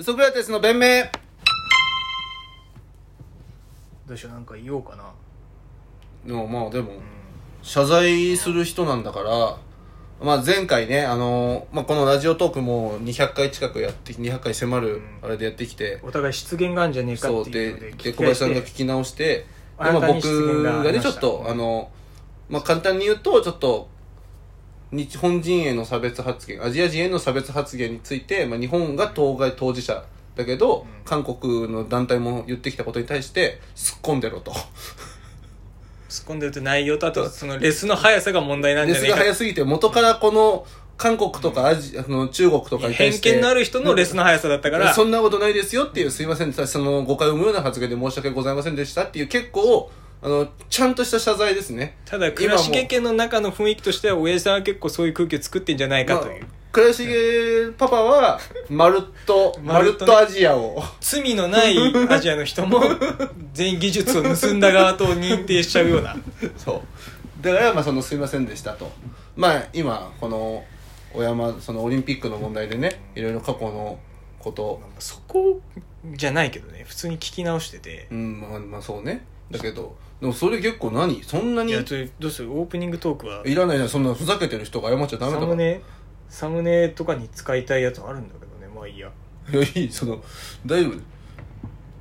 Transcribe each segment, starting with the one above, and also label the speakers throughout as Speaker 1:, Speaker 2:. Speaker 1: ソクラテスの弁明
Speaker 2: どうしようなんか言おうかな、
Speaker 1: のまあでも、
Speaker 2: う
Speaker 1: 謝罪する人なんだから、まあ、前回ね、あのまあ、このラジオトークも200回近くやって200回迫る
Speaker 2: うん
Speaker 1: あれでやってきて、
Speaker 2: ん、お互い失言があるんじゃねえか
Speaker 1: そう
Speaker 2: ってい
Speaker 1: で
Speaker 2: うので
Speaker 1: で
Speaker 2: 聞き
Speaker 1: 小
Speaker 2: 返
Speaker 1: 林
Speaker 2: し
Speaker 1: さんが
Speaker 2: て
Speaker 1: 聞き直してで、
Speaker 2: あな
Speaker 1: まあ、
Speaker 2: たに失言
Speaker 1: 僕
Speaker 2: があ
Speaker 1: がね
Speaker 2: りま
Speaker 1: ちょ
Speaker 2: し
Speaker 1: ったと、あの、まあ、簡単に言うとちょっと日本人への差別発言アジア人への差別発言について、まあ、日本が当該当事者だけど、
Speaker 2: うん
Speaker 1: 韓国の団体も言ってきたことに対して突っ込んでろと。
Speaker 2: 突っ込んでると内容とあとそのレスの速さが問題なんじ
Speaker 1: レ
Speaker 2: ゃ
Speaker 1: ス
Speaker 2: ねえ
Speaker 1: が
Speaker 2: か
Speaker 1: 早すぎて元からこの韓国とかアジ、あの中国とかに対し
Speaker 2: 偏
Speaker 1: て
Speaker 2: 見のある人のレスの速さだったから
Speaker 1: そんなことないですよっていうすいませんその誤解を生むような発言で申し訳ございませんでしたっていう結構あのちゃんとした謝罪ですね
Speaker 2: ただ
Speaker 1: 今
Speaker 2: 倉
Speaker 1: も
Speaker 2: 重家の中の雰囲気としては親父さんは結構そういう空気を作ってんじゃないかという、
Speaker 1: まあ倉重パパはまるっとま
Speaker 2: ま
Speaker 1: る
Speaker 2: る
Speaker 1: っ
Speaker 2: っ
Speaker 1: と,、
Speaker 2: とね
Speaker 1: アジアを
Speaker 2: 罪のないアジアの人も全員技術を盗んだ側と認定しちゃうような
Speaker 1: そうだからまあそのすいませんでしたとまあ今この小山そのオリンピックの問題でねいろいろ過去のこと
Speaker 2: そこじゃないけどね普通に聞き直してて
Speaker 1: うんまあまあそうねだけどでもそれ結構何そんないに
Speaker 2: やちょどうするオープニングトークはい
Speaker 1: らないなそんなふざけてる人が謝っちゃダメ
Speaker 2: サ
Speaker 1: だか
Speaker 2: ム
Speaker 1: らい
Speaker 2: ネサムネとかに使いたいやつあるんだけどねまあいいや
Speaker 1: やいいその大丈夫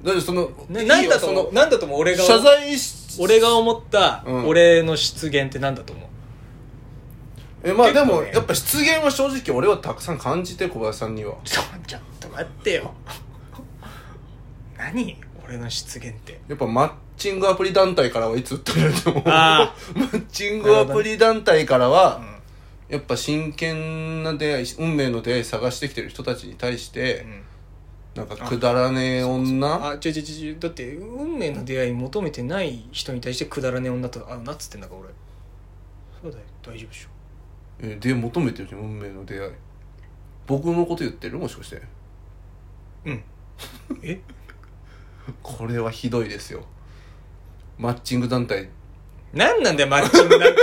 Speaker 1: 大丈夫そのいいよ
Speaker 2: 何だと
Speaker 1: そ
Speaker 2: 思
Speaker 1: の
Speaker 2: う何だと思う俺が
Speaker 1: 謝罪し
Speaker 2: 俺が思った
Speaker 1: うん
Speaker 2: 俺の失言って何だと思う、
Speaker 1: えまあで
Speaker 2: 結構
Speaker 1: も
Speaker 2: ね
Speaker 1: やっぱ失言は正直俺はたくさん感じて小林さんには
Speaker 2: ちょちょっと待ってよ何俺の失言って
Speaker 1: やっぱマッチングアプリ団体からはいつ訴えられてもマ
Speaker 2: あ
Speaker 1: ッチングアプリ団体から
Speaker 2: あ、
Speaker 1: はやっぱ真剣な出会い運命の出会い探してきてる人たちに対して
Speaker 2: うん
Speaker 1: なんかくだらねえ女
Speaker 2: あちょちょちょちょだって運命の出会い求めてない人に対してくだらねえ女と会うなっつってんだから俺そうだよ大丈夫でしょ
Speaker 1: えで求めてるじゃん運命の出会い僕のこと言ってるもしかして
Speaker 2: うんえ
Speaker 1: これはひどいですよマッチング団体
Speaker 2: 何なんだよマッチング団体って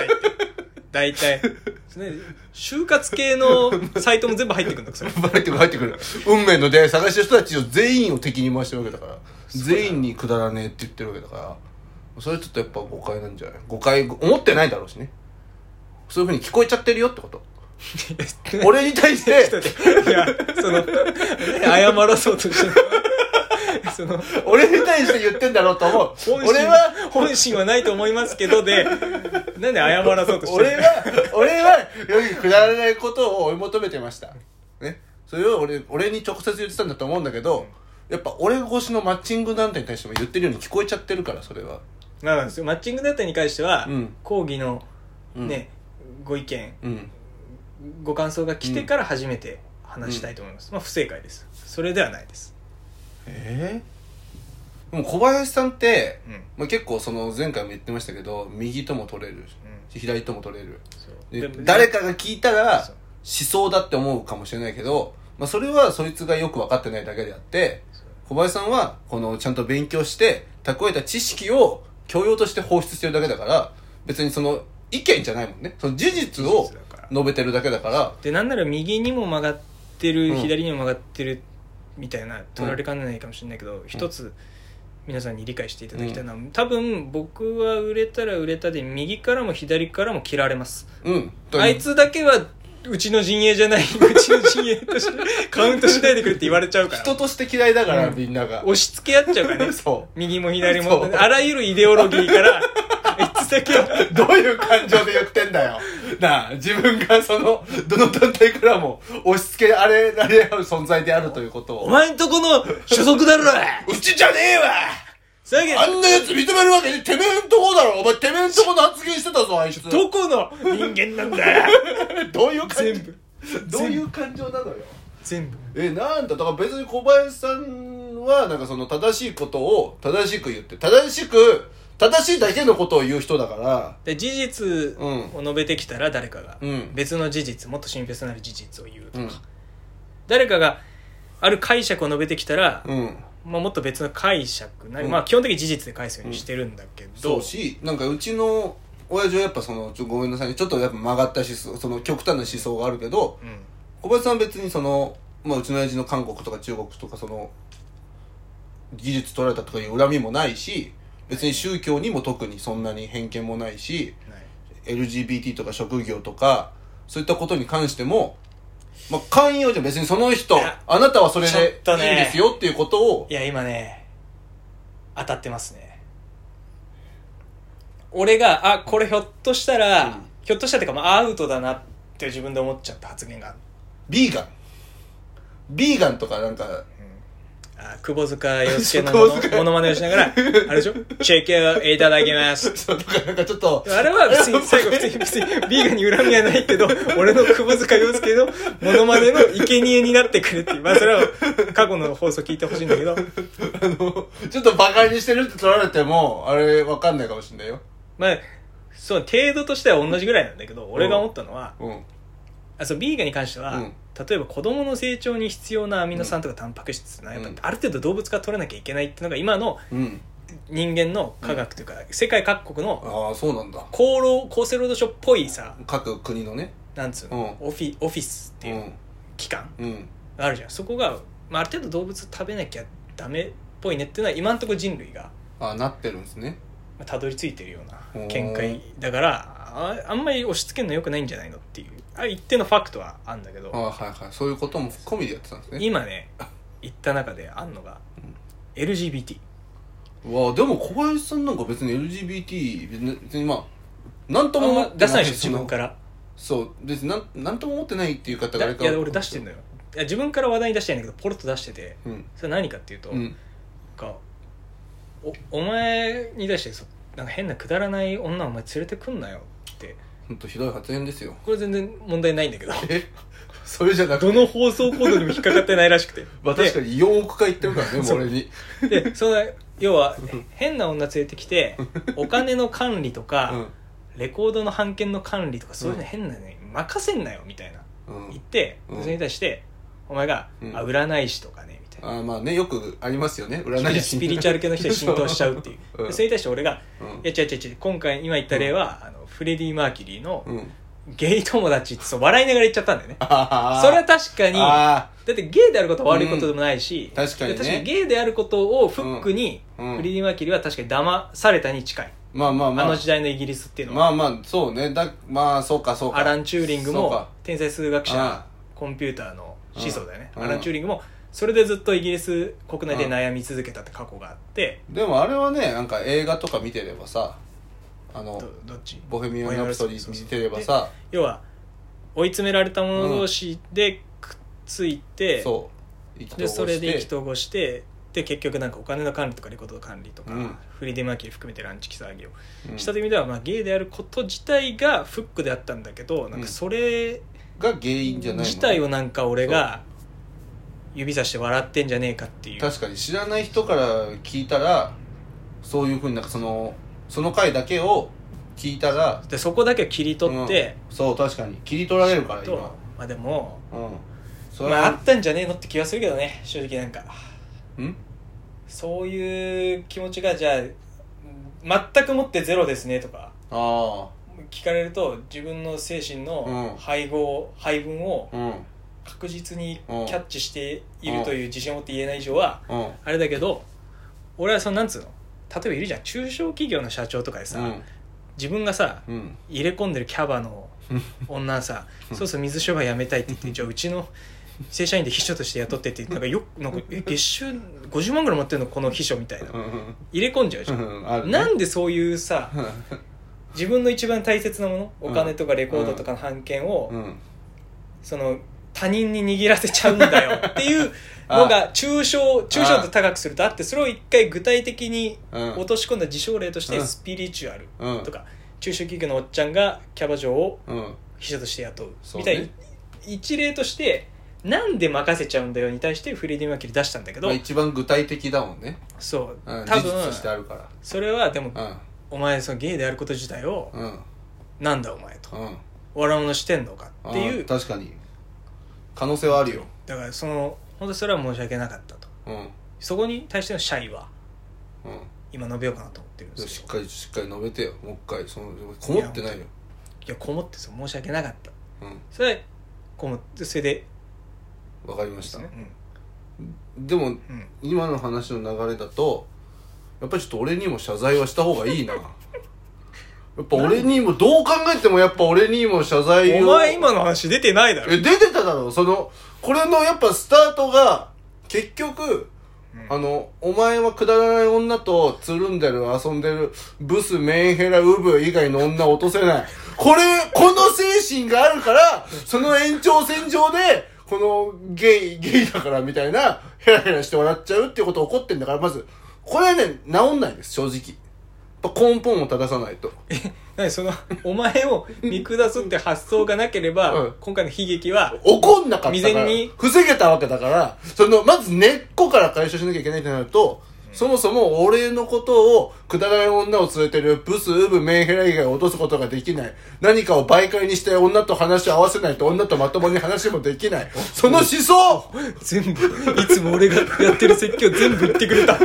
Speaker 2: 大体それ就活 系のサイトも全部入ってくんだそれ
Speaker 1: バレてくる入ってくる運命の出会い探してる人たちを全員を敵に回してるわけだから全員にくだらねえって言ってるわけだからそれちょっとやっぱ誤解なんじゃない誤解思ってないだろうしねそういうふうに聞こえちゃってるよって こと俺に対し
Speaker 2: ちょ
Speaker 1: て
Speaker 2: っと待っていやその謝らそうとしてるその
Speaker 1: 俺に対して言ってんだろうと思う
Speaker 2: 本心
Speaker 1: 俺は
Speaker 2: 本心はないと思いますけどでなんで謝らそうとしてる
Speaker 1: 俺は俺はよりくだらないことを追い求めてましたねそれを俺俺に直接言ってたんだと思うんだけどやっぱ俺越しのマッチング団体に対しても言ってるように聞こえちゃってるからそれは
Speaker 2: まあまあそうマッチング団体に関しては、
Speaker 1: うん
Speaker 2: 講義の
Speaker 1: うん
Speaker 2: ね、ご意見
Speaker 1: うん
Speaker 2: ご感想が来てから初めて話したいと思います、まあ不正解ですそれではないです、
Speaker 1: ええでも小林さんって、
Speaker 2: うんうん、
Speaker 1: まあ、結構その前回も言ってましたけど右とも取れる左とも取れる
Speaker 2: そう
Speaker 1: で
Speaker 2: でも
Speaker 1: 誰かが聞いたら
Speaker 2: そう
Speaker 1: しそうだって思うかもしれないけど、まあ、それはそいつがよく分かってないだけであって
Speaker 2: そう
Speaker 1: 小林さんはこのちゃんと勉強して蓄えた知識を教養として放出してるだけだから別にその意見じゃないもんねその事実を
Speaker 2: 事実だから
Speaker 1: 述べてるだけだから
Speaker 2: でなんなら右にも曲がってる、
Speaker 1: うん
Speaker 2: 左にも曲がってるみたいな取られかねないかもしれないけど、一つ皆さんに理解していただきたいのは、多分僕は売れたら売れたで右からも左からも嫌われます
Speaker 1: うん
Speaker 2: あいつだけはうちの陣営じ ゃないうちの陣営としてカウントしないでくれって言われちゃうから
Speaker 1: 人として嫌いだから、
Speaker 2: うん
Speaker 1: みんなが
Speaker 2: 押し付け合っちゃうからね
Speaker 1: そう
Speaker 2: 右も左
Speaker 1: そ
Speaker 2: も
Speaker 1: う
Speaker 2: あらゆるイデオロギーからあいつだけは
Speaker 1: どういう感情で言ってんだよ。なあ、自分がその、どの団体からも押し付けられ、られ合う存在であるということ
Speaker 2: お
Speaker 1: を。
Speaker 2: 前んとこの所属だろ
Speaker 1: うちじゃねえわ
Speaker 2: そういうわ
Speaker 1: あ
Speaker 2: けで
Speaker 1: んなやつ認めるわけにてめえんとこだろお前てめえんとこの発言してたぞ、あいつ。
Speaker 2: どこの人間な んだよ
Speaker 1: どういう感
Speaker 2: 全
Speaker 1: 情
Speaker 2: 部
Speaker 1: どういう感情なのよ。
Speaker 2: 全部
Speaker 1: え、なんだ、だから別に小林さんは、なんかその正しいことを正しく言って、正しく、正しいだけのことを言う人だから、
Speaker 2: で事実
Speaker 1: うん
Speaker 2: を述べてきたら誰かが
Speaker 1: うん
Speaker 2: 別の事実もっとシンペスなる事実を言うとか、
Speaker 1: うん
Speaker 2: 誰かがある解釈を述べてきたら、
Speaker 1: うん。
Speaker 2: まあ、もっと別の解釈なり、
Speaker 1: うん
Speaker 2: まあ基本的に事実で返すようにしてるんだけど、
Speaker 1: そうしなんかうちの親父はやっぱそのちょごめんなさいねちょっとやっぱ曲がった思想その極端な思想があるけど
Speaker 2: うん
Speaker 1: 小林さんは別にそのまあ、うちの親父の韓国とか中国とかその技術取られたとかいう恨みもないし別に宗教にも特にそんなに偏見もないし
Speaker 2: ない
Speaker 1: LGBT とか職業とかそういったことに関しても、まあ、寛容じゃん別にその人
Speaker 2: いや
Speaker 1: あなたはそれ
Speaker 2: ちょっ
Speaker 1: でい
Speaker 2: と
Speaker 1: い
Speaker 2: ね
Speaker 1: ですよっていうことを
Speaker 2: いや今ね当たってますね俺があこれひょっとしたら、
Speaker 1: うん
Speaker 2: ひょっとしたらっていうか、まあ、アウトだなって自分で思っちゃった発言がある、
Speaker 1: ビーガンビーガンとかなんか
Speaker 2: あ窪塚洋介 の
Speaker 1: そ
Speaker 2: も
Speaker 1: う
Speaker 2: の
Speaker 1: 窪塚
Speaker 2: モノマネをしなが らあれでしょチェックをいただき ます
Speaker 1: そうとかなんかちょっと
Speaker 2: あれは別に最後別に別にビーガンに恨みはないけど俺の窪塚洋介のモノマネの生贄になってくれっていうまあそれは過去の放送聞いてほしいんだけど
Speaker 1: あのちょっとバカにしてるって取られてもあれわかんないかもしれないよ
Speaker 2: まあその程度としては同じぐらいなんだけど俺が思ったのは、
Speaker 1: うん
Speaker 2: あそうビーガンに関しては、
Speaker 1: うん
Speaker 2: 例えば子供の成長に必要なアミノ酸とかタンパク質な、やっぱ
Speaker 1: うん
Speaker 2: ある程度動物から取らなきゃいけないっていうのが今の
Speaker 1: うん
Speaker 2: 人間の科学というか、世界各国の
Speaker 1: ああそうなんだ
Speaker 2: 厚労厚生労働省っぽいさ
Speaker 1: 各国のね
Speaker 2: なんつうの、オフィオフィスって
Speaker 1: う
Speaker 2: いうん機関
Speaker 1: うん
Speaker 2: があるじゃんそこが、まあ、ある程度動物食べなきゃダメっぽいねっていうのは今のところ人類が
Speaker 1: ああなってるんですね
Speaker 2: まあたどり着いてるよう
Speaker 1: おー
Speaker 2: な見解だからああんまり押し付けるのよくないんじゃないのっていうあ一定のファクトはあるんだけど
Speaker 1: ああはいはいそういうことも込みでやってたんですね
Speaker 2: 今ね言った中であんのが
Speaker 1: うん
Speaker 2: LGBT
Speaker 1: うわあでも小林さんなんか別に LGBT 別に別にまあなんとも思
Speaker 2: あん
Speaker 1: っ
Speaker 2: ま
Speaker 1: て
Speaker 2: 出さないでしょ
Speaker 1: そ
Speaker 2: 自
Speaker 1: の
Speaker 2: 分から
Speaker 1: そう別になんなんとも思ってないっていう方があ
Speaker 2: だ
Speaker 1: れ
Speaker 2: い
Speaker 1: か
Speaker 2: や俺出してんのよいや自分から話題に出したいんだけどポロッと出してて
Speaker 1: うん
Speaker 2: それ何かっていうと、
Speaker 1: うん
Speaker 2: かおお前に対してそなんか変なくだらない女お前連れてくんなよって
Speaker 1: ほんとひどい発言ですよ
Speaker 2: これ全然問題ないんだけど
Speaker 1: え それじゃなくて
Speaker 2: どの放送コードにも引っかかってないらしく て
Speaker 1: まあ確か
Speaker 2: に
Speaker 1: に4億回言ってる からねもう俺に
Speaker 2: でその要は変な女連れてきてお金の管理とか、レコードの版権の管理とかそういうの変なね、任せんなよみたいな
Speaker 1: うん、う
Speaker 2: 言
Speaker 1: ん、
Speaker 2: って、
Speaker 1: うん
Speaker 2: それに対してお前が、
Speaker 1: うん
Speaker 2: あ占い師とかねみたいな
Speaker 1: ああまあねよくありますよね占い師
Speaker 2: スピリチュアル系の人に浸透しちゃうっていう
Speaker 1: うん
Speaker 2: で それに対して俺が
Speaker 1: うん
Speaker 2: 「いや違う違う違う今回今言った例は、あのフレディ・マーキュリーの
Speaker 1: うん
Speaker 2: ゲイ友達」ってそう笑いながら言っちゃったんだよね
Speaker 1: ああ
Speaker 2: それは確かにだ
Speaker 1: あ
Speaker 2: ってゲイであることは悪いことでもないし、
Speaker 1: ん確かにね
Speaker 2: でゲイであることをフックに、
Speaker 1: あうん
Speaker 2: フレディ・マーキュリーは確かに騙されたに近い、
Speaker 1: まあまあま
Speaker 2: あ
Speaker 1: あ
Speaker 2: の時代のイギリスっていうのは、
Speaker 1: まあまあそうねだまあそうかそうか
Speaker 2: アラン・チューリング
Speaker 1: そう
Speaker 2: も
Speaker 1: か
Speaker 2: 天才数学
Speaker 1: ああ
Speaker 2: 者コンピューターの思想だよね
Speaker 1: うん
Speaker 2: アラン・チューリングもそれでずっとイギリス国内で悩み続けたって過去があって
Speaker 1: でもあれはねなんか映画とか見てればさあの
Speaker 2: どどっち
Speaker 1: ボヘミアン・ラプソディ
Speaker 2: そうそう
Speaker 1: 見てればさ
Speaker 2: で要は追い詰められた者同士でくっついて、
Speaker 1: そう意気投合
Speaker 2: で
Speaker 1: して
Speaker 2: それで意気投合してで結局なんかお金の管理とかレコードの管理とか、
Speaker 1: うん
Speaker 2: フリーディマーキー含めてランチキ騒ぎを
Speaker 1: うん
Speaker 2: したという意味では、まあ、ゲイであること自体がフックであったんだけどなんかそれ、
Speaker 1: が原因じゃないの
Speaker 2: 自体をなんか俺が指さして笑ってんじゃねえかっていう
Speaker 1: 確かに知らない人から聞いたらそういうふうになんかそのその回だけを聞いたら
Speaker 2: でそこだけ切り取って、
Speaker 1: うんそう確かに切り取られるから
Speaker 2: と
Speaker 1: 今
Speaker 2: まあでも
Speaker 1: うんそれ
Speaker 2: まああ
Speaker 1: は
Speaker 2: ったんじゃねえのって気はするけどね正直なんか
Speaker 1: うん
Speaker 2: そういう気持ちがじゃあ全くもってゼロですねとか
Speaker 1: あ
Speaker 2: 聞かれると自分の精神
Speaker 1: うん
Speaker 2: の配合、配分を
Speaker 1: あうん
Speaker 2: 確実にキ
Speaker 1: うん
Speaker 2: ャッチしているという自信を持って言えない以上は
Speaker 1: うん
Speaker 2: あれだけど俺はそのなんつうの例えばいるじゃん中小企業の社長とかでさ、
Speaker 1: うん
Speaker 2: 自分がさ
Speaker 1: うん
Speaker 2: 入れ込んでるキャバの女はさそうそう水商売やめたいって言ってじゃあうちの正社員で秘書として雇ってってなんかよなんかえ月収50万ぐらい持ってるのこの秘書みたいな
Speaker 1: うんうん
Speaker 2: 入れ込んじゃうじ
Speaker 1: う
Speaker 2: ゃ
Speaker 1: ん
Speaker 2: ん、
Speaker 1: うんあるね
Speaker 2: なんでそういうさ自分の一番大切なものお金とかレコードとかの版権を、
Speaker 1: うん
Speaker 2: その他人に握らせちゃうん だよっていうのが抽象抽象と高くするとあってそれを一回具体的に
Speaker 1: うん
Speaker 2: 落とし込んだ事象例とし
Speaker 1: う
Speaker 2: て
Speaker 1: ん
Speaker 2: スピリチュアル
Speaker 1: うん
Speaker 2: とか中小企業のおっちゃんがキャバ嬢を
Speaker 1: うん
Speaker 2: 秘書として雇う
Speaker 1: そう
Speaker 2: み
Speaker 1: ね
Speaker 2: たいに一例としてなんで任せちゃうんだよに対してフレディ・マーキュリー出したんだけど
Speaker 1: まあ、一番具体的だもんね、
Speaker 2: そう
Speaker 1: うん、
Speaker 2: 多
Speaker 1: 事
Speaker 2: 分
Speaker 1: 実としてあるか
Speaker 2: それはでも
Speaker 1: ら
Speaker 2: お前そのゲイであること自体を
Speaker 1: うんうん
Speaker 2: なんだお前と
Speaker 1: うん
Speaker 2: 笑うのしてんのかってい
Speaker 1: あー
Speaker 2: う
Speaker 1: 確かに可能性はあるよ
Speaker 2: だからその本当それは申し訳なかったと
Speaker 1: うん
Speaker 2: そこに対しての謝意は
Speaker 1: うん
Speaker 2: 今述べようかなと思ってるんで
Speaker 1: し
Speaker 2: す
Speaker 1: っ
Speaker 2: よ
Speaker 1: かりしっかり述べてよもう一回そのこもってないよ
Speaker 2: いやこもってそう申し訳なかった
Speaker 1: うん
Speaker 2: それはこもってそれで
Speaker 1: わかりました
Speaker 2: ね
Speaker 1: でも
Speaker 2: うんうん
Speaker 1: 今の話の流れだとやっぱりちょっと俺にも謝罪はした方がいい なやっぱ俺にもどう考えてもやっぱ俺にも謝罪
Speaker 2: お
Speaker 1: を
Speaker 2: 前今の話出てないだろ
Speaker 1: え出てただろそのこれのやっぱスタートが結局、
Speaker 2: うん
Speaker 1: あのお前はくだらない女とつるんでる遊んでるブスメンヘラウブ以外の女を落とせないこれこの精神があるからその延長線上でこのゲイゲイだからみたいなヘラヘラして笑っちゃうっていうこと起こってんだからまずこれはね治んないです正直やっぱ根本を正さないと
Speaker 2: 何そのお前を見下すって発想がなければ、
Speaker 1: うん
Speaker 2: 今回の悲劇は
Speaker 1: 怒んなかっ
Speaker 2: 未
Speaker 1: たから
Speaker 2: 然に
Speaker 1: 防げたわけだからそのまず根っこから解消しなきゃいけないってなると、そもそも俺のことをくだらない女を連れてるブスウブメンヘラ以外を落とすことができない何かを媒介にして女と話を合わせないと女とまともに話もできないその思想
Speaker 2: 全部いつも俺がやってる説教全部言ってくれた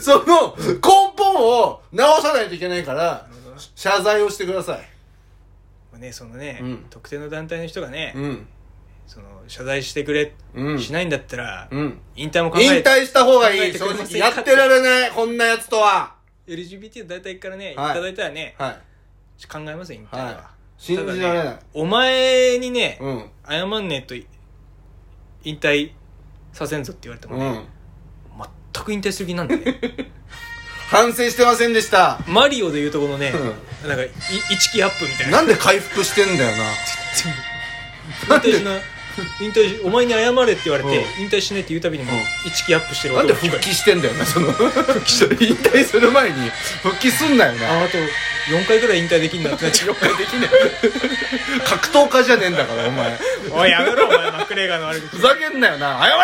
Speaker 1: その根本を直さないといけないから謝罪をしてください
Speaker 2: ねそのね、
Speaker 1: うん
Speaker 2: 特定の団体の人がね、
Speaker 1: うん
Speaker 2: その謝罪してくれ、
Speaker 1: うん
Speaker 2: しないんだったら、
Speaker 1: うん
Speaker 2: 引退も考
Speaker 1: 引
Speaker 2: えて
Speaker 1: 退した方がいい正
Speaker 2: 考えてくれませ
Speaker 1: 直
Speaker 2: んか
Speaker 1: やってられないこんなやつとは
Speaker 2: LGBT の団体からね、
Speaker 1: はい
Speaker 2: い、ただいたらね
Speaker 1: はい
Speaker 2: 考えますよ引退は、
Speaker 1: はい信じられ
Speaker 2: た
Speaker 1: な
Speaker 2: だ
Speaker 1: い
Speaker 2: ねお前にね、
Speaker 1: うん
Speaker 2: 謝んねえとい引退させんぞって言われても
Speaker 1: う
Speaker 2: ね、
Speaker 1: ん
Speaker 2: 全く引退する気なん でね
Speaker 1: 反省してませんでした
Speaker 2: マリオでいうとこのね、なんかい1期アップみたいな
Speaker 1: なんで回復してんだよな
Speaker 2: 引退しな引退しお前に謝れって言われて、
Speaker 1: う
Speaker 2: 引退しないって言うたびにも
Speaker 1: うん
Speaker 2: 1期アップしてる
Speaker 1: なん
Speaker 2: 男
Speaker 1: で
Speaker 2: が聞
Speaker 1: 復
Speaker 2: こえ
Speaker 1: 帰
Speaker 2: る
Speaker 1: してんだよなその復帰して引退する前に復帰すんなよな
Speaker 2: ああと4回ぐらい引退できんなってなっちゃう
Speaker 1: 格闘家じゃねえんだからお前
Speaker 2: おいやめろお前マックレーガーの悪口
Speaker 1: ふざけんなよな謝れ